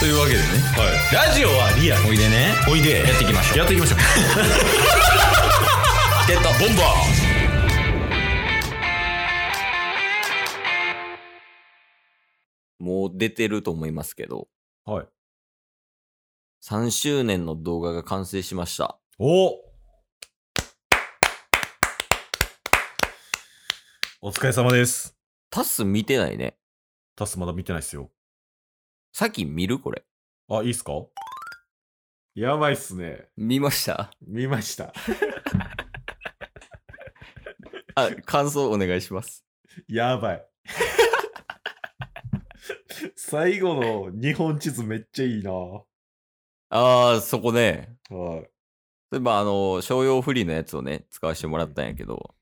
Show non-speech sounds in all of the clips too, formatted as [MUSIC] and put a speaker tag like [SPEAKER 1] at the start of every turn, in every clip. [SPEAKER 1] というわけでね、ラジオはリアおいでね
[SPEAKER 2] おいで
[SPEAKER 1] やっていきましょう
[SPEAKER 2] やっていきましょう
[SPEAKER 1] ゲットボンバーもう出てると思いますけど
[SPEAKER 2] はい
[SPEAKER 1] 3周年の動画が完成しました
[SPEAKER 2] おお疲れ様です
[SPEAKER 1] タス見てないね
[SPEAKER 2] タスまだ見てないっすよ
[SPEAKER 1] さっき見るこれ
[SPEAKER 2] あいいっすかやばいっすね
[SPEAKER 1] 見ました
[SPEAKER 2] 見ました
[SPEAKER 1] あ感想お願いし [LAUGHS] ます
[SPEAKER 2] やば [LAUGHS] い最後の日本地図めっちゃいいな
[SPEAKER 1] あーそこね
[SPEAKER 2] はい
[SPEAKER 1] 例えばあの商用フリーのやつをね使わせてもらったんやけど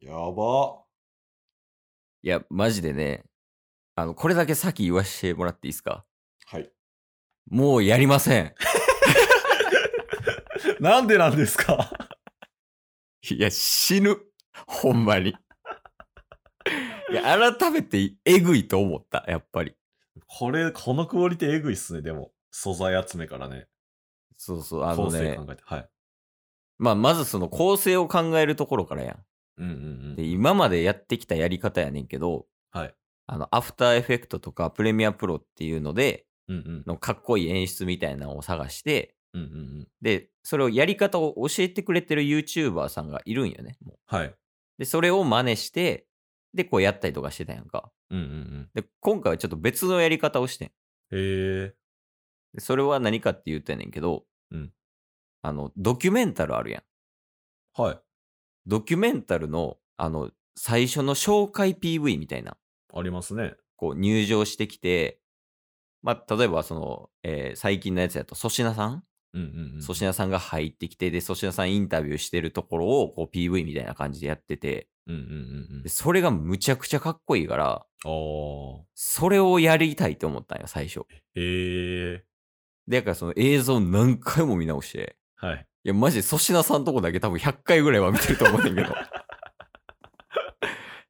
[SPEAKER 2] やば
[SPEAKER 1] いやマジでねあのこれだけ先言わせてもらっていいですか
[SPEAKER 2] はい
[SPEAKER 1] もうやりません
[SPEAKER 2] なんでなんですか
[SPEAKER 1] [LAUGHS] いや死ぬほんまに [LAUGHS] いや改めてえぐいと思ったやっぱり
[SPEAKER 2] これこのクオリティえぐいっすねでも素材集めからね
[SPEAKER 1] そうそうあ
[SPEAKER 2] 構
[SPEAKER 1] のね
[SPEAKER 2] 成考えてはい
[SPEAKER 1] まあまずその構成を考えるところからや
[SPEAKER 2] うんうん
[SPEAKER 1] ん
[SPEAKER 2] う
[SPEAKER 1] で
[SPEAKER 2] ん
[SPEAKER 1] 今までやってきたやり方やねんけど
[SPEAKER 2] はい
[SPEAKER 1] あのアフターエフェクトとかプレミアプロっていうので
[SPEAKER 2] うんうん
[SPEAKER 1] のかっこいい演出みたいなのを探して
[SPEAKER 2] うんうんうん
[SPEAKER 1] で、それをやり方を教えてくれてる YouTuber さんがいるんよね。もう
[SPEAKER 2] はい
[SPEAKER 1] で、それを真似して、で、こうやったりとかしてたやんか。
[SPEAKER 2] うんうんうん
[SPEAKER 1] で、今回はちょっと別のやり方をしてん。
[SPEAKER 2] へえ
[SPEAKER 1] でそれは何かって言ったやねんけど、
[SPEAKER 2] うん
[SPEAKER 1] あの、ドキュメンタルあるやん。
[SPEAKER 2] はい
[SPEAKER 1] ドキュメンタルの、あの、最初の紹介 PV みたいな、
[SPEAKER 2] ありますね
[SPEAKER 1] こう入場してきて、まあ、例えばその、えー最近のやつやと粗品さん
[SPEAKER 2] うんうんうん
[SPEAKER 1] 粗品さんが入ってきて、で、粗品さんインタビューしてるところを、こう PV みたいな感じでやってて、
[SPEAKER 2] うんうんうんうん
[SPEAKER 1] でそれがむちゃくちゃかっこいいから、
[SPEAKER 2] あー
[SPEAKER 1] それをやりたいと思ったんよ、最初。
[SPEAKER 2] へえ
[SPEAKER 1] で、だからその映像何回も見直して、
[SPEAKER 2] はい
[SPEAKER 1] いや、マジで粗品さんとこだけ多分100回ぐらいは見てると思うねん
[SPEAKER 2] [LAUGHS]
[SPEAKER 1] だけど。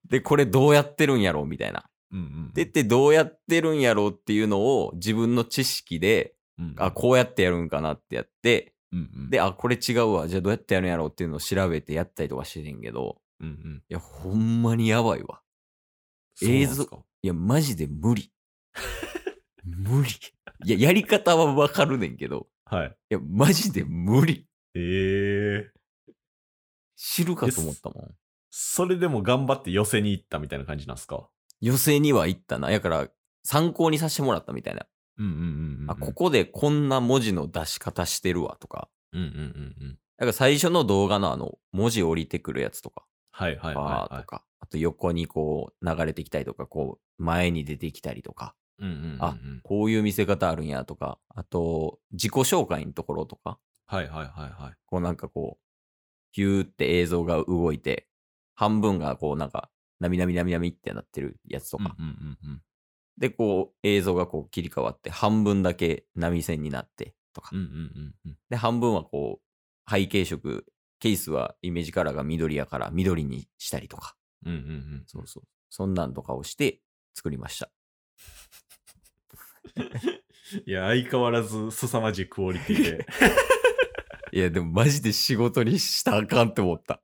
[SPEAKER 1] で、これどうやってるんやろうみたいな。
[SPEAKER 2] うんうん
[SPEAKER 1] でってどうやってるんやろうっていうのを自分の知識で、
[SPEAKER 2] うん
[SPEAKER 1] あ、こうやってやるんかなってやって、
[SPEAKER 2] うんうん
[SPEAKER 1] で、あ、これ違うわ。じゃあどうやってやるんやろうっていうのを調べてやったりとかしてんけど、
[SPEAKER 2] うんうん
[SPEAKER 1] いや、ほんまにやばいわ。映像
[SPEAKER 2] そうなんすか
[SPEAKER 1] いや、マジで無理。無理。いや、やり方はわかるねんけど、
[SPEAKER 2] はい
[SPEAKER 1] いや、マジで無理。
[SPEAKER 2] へえ
[SPEAKER 1] 知るかと思ったもん。
[SPEAKER 2] それでも頑張って寄せに行ったみたいな感じなんすか
[SPEAKER 1] 予選には行ったな。やから、参考にさせてもらったみたいな。
[SPEAKER 2] うんうんうんうん
[SPEAKER 1] あ、ここでこんな文字の出し方してるわとか。
[SPEAKER 2] うんうんうんうん
[SPEAKER 1] だから最初の動画のあの、文字降りてくるやつとか、
[SPEAKER 2] はいはい
[SPEAKER 1] バ
[SPEAKER 2] はい
[SPEAKER 1] ー
[SPEAKER 2] はい
[SPEAKER 1] とか、あと横にこう流れてきたりとか、こう前に出てきたりとか、
[SPEAKER 2] うんうんうんうん
[SPEAKER 1] あこういう見せ方あるんやとか、あと自己紹介のところとか、
[SPEAKER 2] はいはいはいはい
[SPEAKER 1] こうなんかこう、ヒューって映像が動いて、半分がこうなんか、なみなみなみなみってなってるやつとか、
[SPEAKER 2] うんうんうん
[SPEAKER 1] で、こう映像がこう切り替わって、半分だけ波線になってとか、
[SPEAKER 2] うんうんうんうん
[SPEAKER 1] で、半分はこう、背景色、ケースはイメージカラーが緑やから緑にしたりとか、
[SPEAKER 2] うんうんうん
[SPEAKER 1] そうそう、そんなんとかをして作りました。
[SPEAKER 2] いや相変わらず凄まじいクオリティで
[SPEAKER 1] いや、でもマジで仕事にしたらあかんって思
[SPEAKER 2] [LAUGHS]
[SPEAKER 1] った。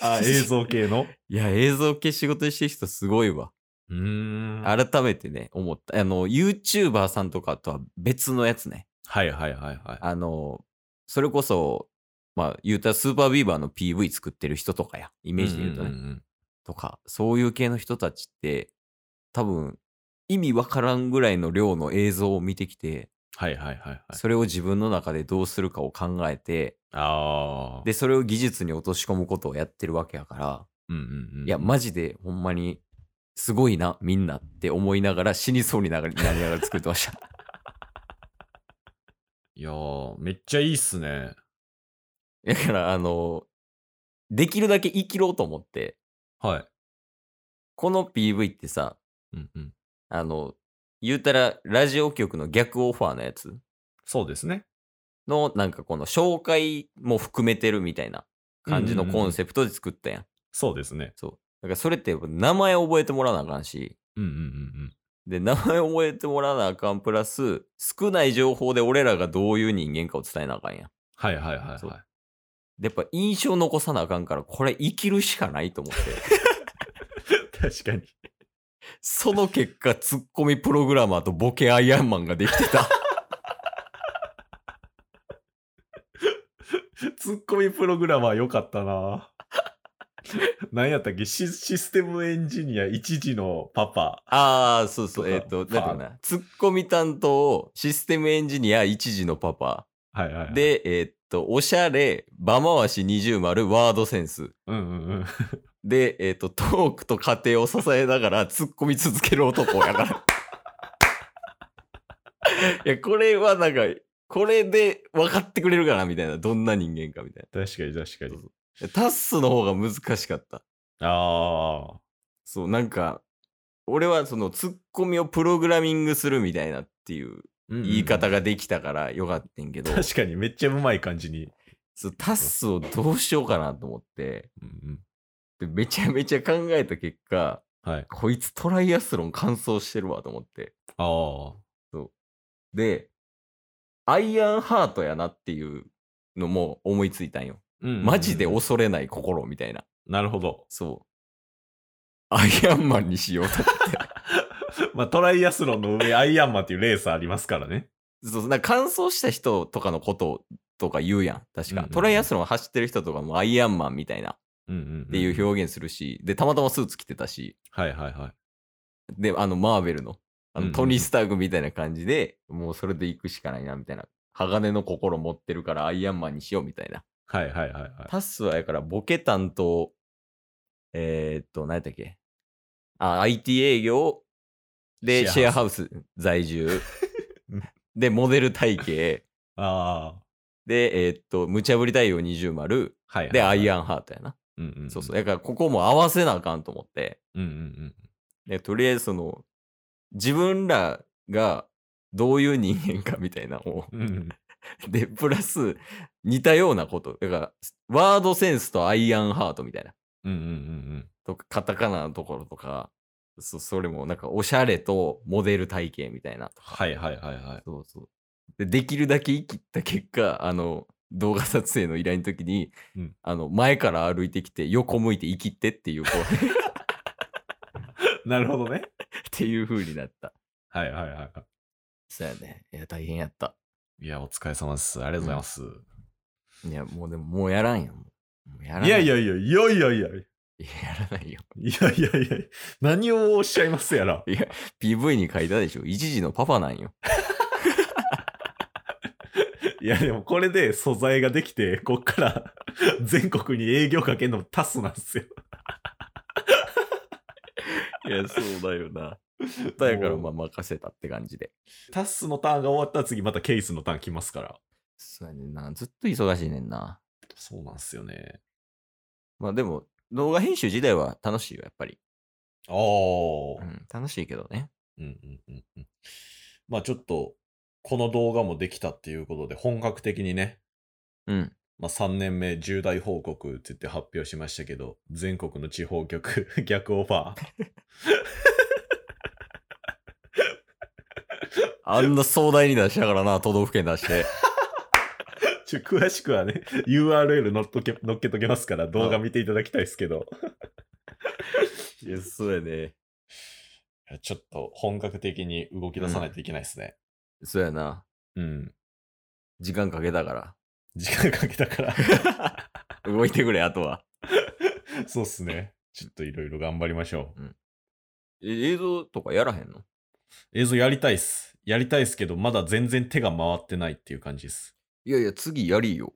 [SPEAKER 2] あ映像系の
[SPEAKER 1] いや、映像系仕事にしてる人すごいわ。
[SPEAKER 2] [LAUGHS] うーんはい
[SPEAKER 1] 改めてね、思った。あの、YouTuber さんとかとは別のやつね。
[SPEAKER 2] はいはいはい
[SPEAKER 1] あの、それこそ、まあ、言うたらスーパービーバーの PV 作ってる人とかや。イメージで言うとね。
[SPEAKER 2] んんん
[SPEAKER 1] とか、そういう系の人たちって、多分、意味わからんぐらいの量の映像を見てきて、
[SPEAKER 2] はいはいはいはい
[SPEAKER 1] それを自分の中でどうするかを考えて、
[SPEAKER 2] ああ
[SPEAKER 1] で、それを技術に落とし込むことをやってるわけやから、
[SPEAKER 2] うんうんうん
[SPEAKER 1] いや、マジでほんまに、すごいな、みんなって思いながら死にそうになりなりながら作ってました。 [LAUGHS]
[SPEAKER 2] いやーめっちゃいいっすね
[SPEAKER 1] だから、あの、できるだけ生きろうと思って、
[SPEAKER 2] はい
[SPEAKER 1] この PV ってさ、
[SPEAKER 2] うんうん
[SPEAKER 1] あの、言うたら、ラジオ局の逆オファーのやつ
[SPEAKER 2] そうですね
[SPEAKER 1] の、なんかこの紹介も含めてるみたいな感じのコンセプトで作ったやん。
[SPEAKER 2] そうですね
[SPEAKER 1] そう。だから、それって名前覚えてもらわなあかんし、
[SPEAKER 2] うんうんうんうん
[SPEAKER 1] で、名前覚えてもらわなあかんプラス、少ない情報で俺らがどういう人間かを伝えなあかんやん。
[SPEAKER 2] はいはいはいはい
[SPEAKER 1] そうで、やっぱ印象残さなあかんから、これ生きるしかないと思って。
[SPEAKER 2] [LAUGHS]
[SPEAKER 1] [LAUGHS]
[SPEAKER 2] 確かに
[SPEAKER 1] その結果、ツッコミプログラマーとボケアイアンマンができてた。
[SPEAKER 2] ツッコミプログラマーよかったな [LAUGHS] 何やったっけシシステムエンジニア一時のパパ
[SPEAKER 1] [LAUGHS] ああ、そうそう、えっ、
[SPEAKER 2] と
[SPEAKER 1] と、
[SPEAKER 2] か
[SPEAKER 1] なんていうかな。ツッコミ担当、システムエンジニア一時のパパ。
[SPEAKER 2] はいはいはい、
[SPEAKER 1] で、えっ、と、おしゃれ、場回し二重丸、ワードセンス。
[SPEAKER 2] うんうんうん、
[SPEAKER 1] で、えっ、と、トークと家庭を支えながら突っ込み続ける男や [LAUGHS] から。いや、これはなんか、これで分かってくれるかなみたいな。どんな人間かみたい
[SPEAKER 2] 確かに確か
[SPEAKER 1] そ
[SPEAKER 2] に
[SPEAKER 1] うな。タッスの方が難しかった。
[SPEAKER 2] ああ
[SPEAKER 1] そう、なんか、俺はその突っ込みをプログラミングするみたいなっていう言い方ができたからよかったんけ
[SPEAKER 2] [LAUGHS]
[SPEAKER 1] ど、
[SPEAKER 2] 確かにめっちゃうまい感じに、
[SPEAKER 1] そうタッスをどうしようかなと思って、
[SPEAKER 2] うん
[SPEAKER 1] でめちゃめちゃ考えた結果、
[SPEAKER 2] うん、はい
[SPEAKER 1] こいつトライアスロン完走してるわと思って。
[SPEAKER 2] ああ
[SPEAKER 1] で、アイアンハートやなっていうのも思いついたんよ。マジで
[SPEAKER 2] お
[SPEAKER 1] 恐れない心みたいな。
[SPEAKER 2] なるほど。
[SPEAKER 1] そう。アイアンマンにしようと。
[SPEAKER 2] [LAUGHS] まあトライアスロンの上、アイアンマンっていうレースありますからね。
[SPEAKER 1] そうなんか乾燥した人とかのこととか言うやん。確
[SPEAKER 2] う
[SPEAKER 1] か。
[SPEAKER 2] んうん
[SPEAKER 1] トライアスロン走ってる人とかもアイアンマンみたいなっ
[SPEAKER 2] うんうん、
[SPEAKER 1] ていう表現するし、で、たまたまスーツ着てたし、
[SPEAKER 2] はいはいはい。
[SPEAKER 1] で、あの、マーベルの、あ
[SPEAKER 2] うん
[SPEAKER 1] の
[SPEAKER 2] うん
[SPEAKER 1] トニー・スタークみたいな感じで、もうそれで行くしかないな、みたいな。鋼の心持ってるからアイアンマンにしよう、みたいな。
[SPEAKER 2] はいはいはいはい。
[SPEAKER 1] タスはやからボケ担当、えー、っと、何やったっけあ、IT 営業、で、シ
[SPEAKER 2] シ
[SPEAKER 1] ェ
[SPEAKER 2] ェ
[SPEAKER 1] ア
[SPEAKER 2] ア
[SPEAKER 1] ハウス
[SPEAKER 2] [LAUGHS]
[SPEAKER 1] 在住
[SPEAKER 2] うん、
[SPEAKER 1] で、モデル体系、
[SPEAKER 2] ああ。
[SPEAKER 1] で、えー、っと、無茶ぶり対応二重丸、
[SPEAKER 2] はい、はい。
[SPEAKER 1] で、アイ
[SPEAKER 2] ン。
[SPEAKER 1] アンハートやな。
[SPEAKER 2] うんうん、
[SPEAKER 1] そうそう。。だから、ここも合わせなあかんと思って、
[SPEAKER 2] うんうんうん。
[SPEAKER 1] でとりあえずその、自分らがどういう人間かみたいなのを、
[SPEAKER 2] うんうん、
[SPEAKER 1] [LAUGHS] で、プラス、似たようなこと。だから、ワードセンスとアイアンハートみたいな。
[SPEAKER 2] うんうんうん
[SPEAKER 1] とか、カタカナのところとか、そそれもなんかおしゃれとモデル体型みたいな。
[SPEAKER 2] はいはいはいはい。
[SPEAKER 1] そうそう。で、できるだけ言い切った結果、あの、動画撮影の依頼の時に、
[SPEAKER 2] うん
[SPEAKER 1] あの、前から歩いてきて、横向いて生きてっていう、こ [LAUGHS] うっ
[SPEAKER 2] なるほどね。
[SPEAKER 1] ていう風になった。
[SPEAKER 2] はいはいはいは
[SPEAKER 1] そうやね。いや、大変やった。
[SPEAKER 2] い。いや、お疲れ様です。ありがとうございます。
[SPEAKER 1] いや、もうでも、もうやらんよ。もうもうやらないい。
[SPEAKER 2] やい
[SPEAKER 1] や。
[SPEAKER 2] やいや、いやいやいや。
[SPEAKER 1] やらないよ。
[SPEAKER 2] いやいやいや、何をおっしゃいますやら。
[SPEAKER 1] PV に書いたでしょ。一時のパパなんよ。
[SPEAKER 2] いやでもこれで素材ができて、こっから全国に営業かけるのもタスなんですよ。
[SPEAKER 1] いや、そうだよな。だから、まあ、任せたって感じで。
[SPEAKER 2] タスのターンが終わったら次またケイスのターン来ますから。
[SPEAKER 1] そうやねんな。ずっと忙しいねんな。
[SPEAKER 2] そうなんすよね。
[SPEAKER 1] まあでも、動画編集自体は楽しいよ、やっぱり。
[SPEAKER 2] ああ
[SPEAKER 1] う。ん、楽しいけどね。
[SPEAKER 2] うんうんうんうん。まあちょっと、この動画もできたっていうことで、本格的にね、
[SPEAKER 1] うん。
[SPEAKER 2] まあ3年目重大報告って言って発表しましたけど、全国の地方局 [LAUGHS] 逆オファー。
[SPEAKER 1] あんな壮大に出したからな、都道府県出して。
[SPEAKER 2] ちょ詳しくはね、URL 載っとけ載っけとけますから、動画見ていただきたいですけど。
[SPEAKER 1] いや、そうやね。
[SPEAKER 2] いやちょっと本格的に動き出さないといけないですね。
[SPEAKER 1] そうやな。
[SPEAKER 2] うん。
[SPEAKER 1] 時間かけた [LAUGHS] から。
[SPEAKER 2] 時間かけた [LAUGHS] から。
[SPEAKER 1] 動いてくれ、あとは。
[SPEAKER 2] そうっすね。ちょっといろいろ頑張りましょう。
[SPEAKER 1] え映像とかやらへんの
[SPEAKER 2] 映像やりたいっす。やりたいっすけど、まだ全然手が回ってないっていう感じです。
[SPEAKER 1] いやいや、次やりよ。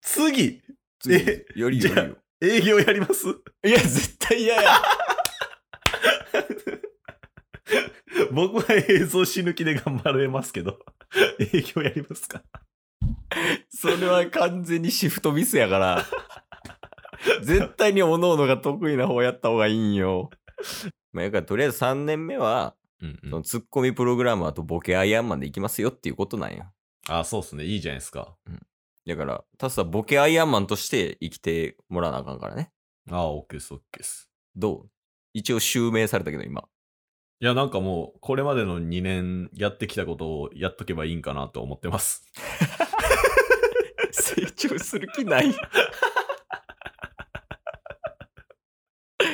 [SPEAKER 2] 次
[SPEAKER 1] 次
[SPEAKER 2] え
[SPEAKER 1] やり
[SPEAKER 2] じ
[SPEAKER 1] よ、
[SPEAKER 2] ゃあ
[SPEAKER 1] やりよ。
[SPEAKER 2] 営業やります [LAUGHS]
[SPEAKER 1] いや、絶対嫌や。
[SPEAKER 2] 僕は映像死ぬ気で頑張れますけど、 [LAUGHS] 営業やりますか
[SPEAKER 1] それは完全にシフトミスや [LAUGHS] から。絶対に各々が得意な方やった方がいいんよ。まあ、やからとりあえず3年目は、
[SPEAKER 2] うん、
[SPEAKER 1] そのツッコミプログラマーとボケアイアンマンでいきますよっていうことなんや。
[SPEAKER 2] あ、そうっすね。いいじゃないですか。
[SPEAKER 1] だから、タスはボケアイアンマンとして生きてもらわなあかんからね。
[SPEAKER 2] あ、オッケーっす、オッケーっす。
[SPEAKER 1] どう一応襲名されたけど今。
[SPEAKER 2] いや、なんかもう、これまでの2年やってきたことをやっとけばいいんかなと思って [LAUGHS] ます。
[SPEAKER 1] 成長する気ない。な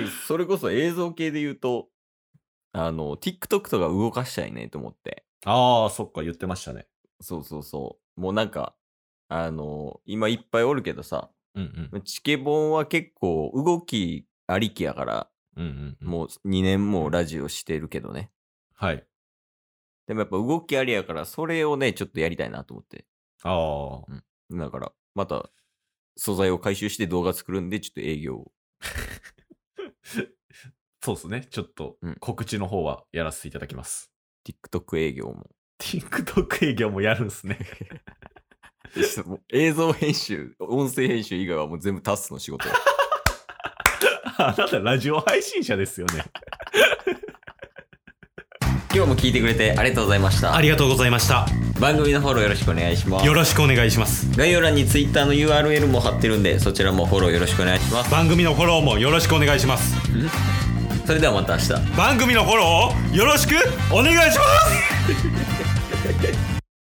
[SPEAKER 1] んかそれこそ映像系で言うと、あの、TikTok とか動かしたいねと思って。
[SPEAKER 2] ああ、そっか、言ってましたね。
[SPEAKER 1] そうそうそう。もうなんか、あの、今いっぱいおるけどさ、
[SPEAKER 2] うん
[SPEAKER 1] チケボンは結構動きありきやから、
[SPEAKER 2] うん。うんうん。
[SPEAKER 1] もう2年もラジオしてるけどね。
[SPEAKER 2] はい。
[SPEAKER 1] でもやっぱ動きありやから、それをね、ちょっとやりたいなと思って。
[SPEAKER 2] ああ。 [LAUGHS]
[SPEAKER 1] だから、また、素材を回収して動画作るんで、ちょっと営業を。
[SPEAKER 2] そうですね。ちょっと
[SPEAKER 1] うん
[SPEAKER 2] 告知の方はやらせていただきます。
[SPEAKER 1] TikTok 営業も。
[SPEAKER 2] TikTok 営業もやるんすね。 [LAUGHS]
[SPEAKER 1] も [LAUGHS] う映像編集、音声編集以外はもう全部タスの仕事。
[SPEAKER 2] あなたラジオ配信者ですよね。
[SPEAKER 1] [LAUGHS] 今日も聞いてくれてありがとうございました
[SPEAKER 3] あ。りがとうございました。
[SPEAKER 1] 番組のフォローよろしくお願いします
[SPEAKER 3] よ。ろしくお願いします。
[SPEAKER 1] 概要欄に Twitter の URL も貼ってるんで、そちらもフォローよろしくお願いします。
[SPEAKER 3] 番組のフォローもよろしくお願いします。
[SPEAKER 1] それではまた明日。
[SPEAKER 3] 番組のフォローをよろしくお願いします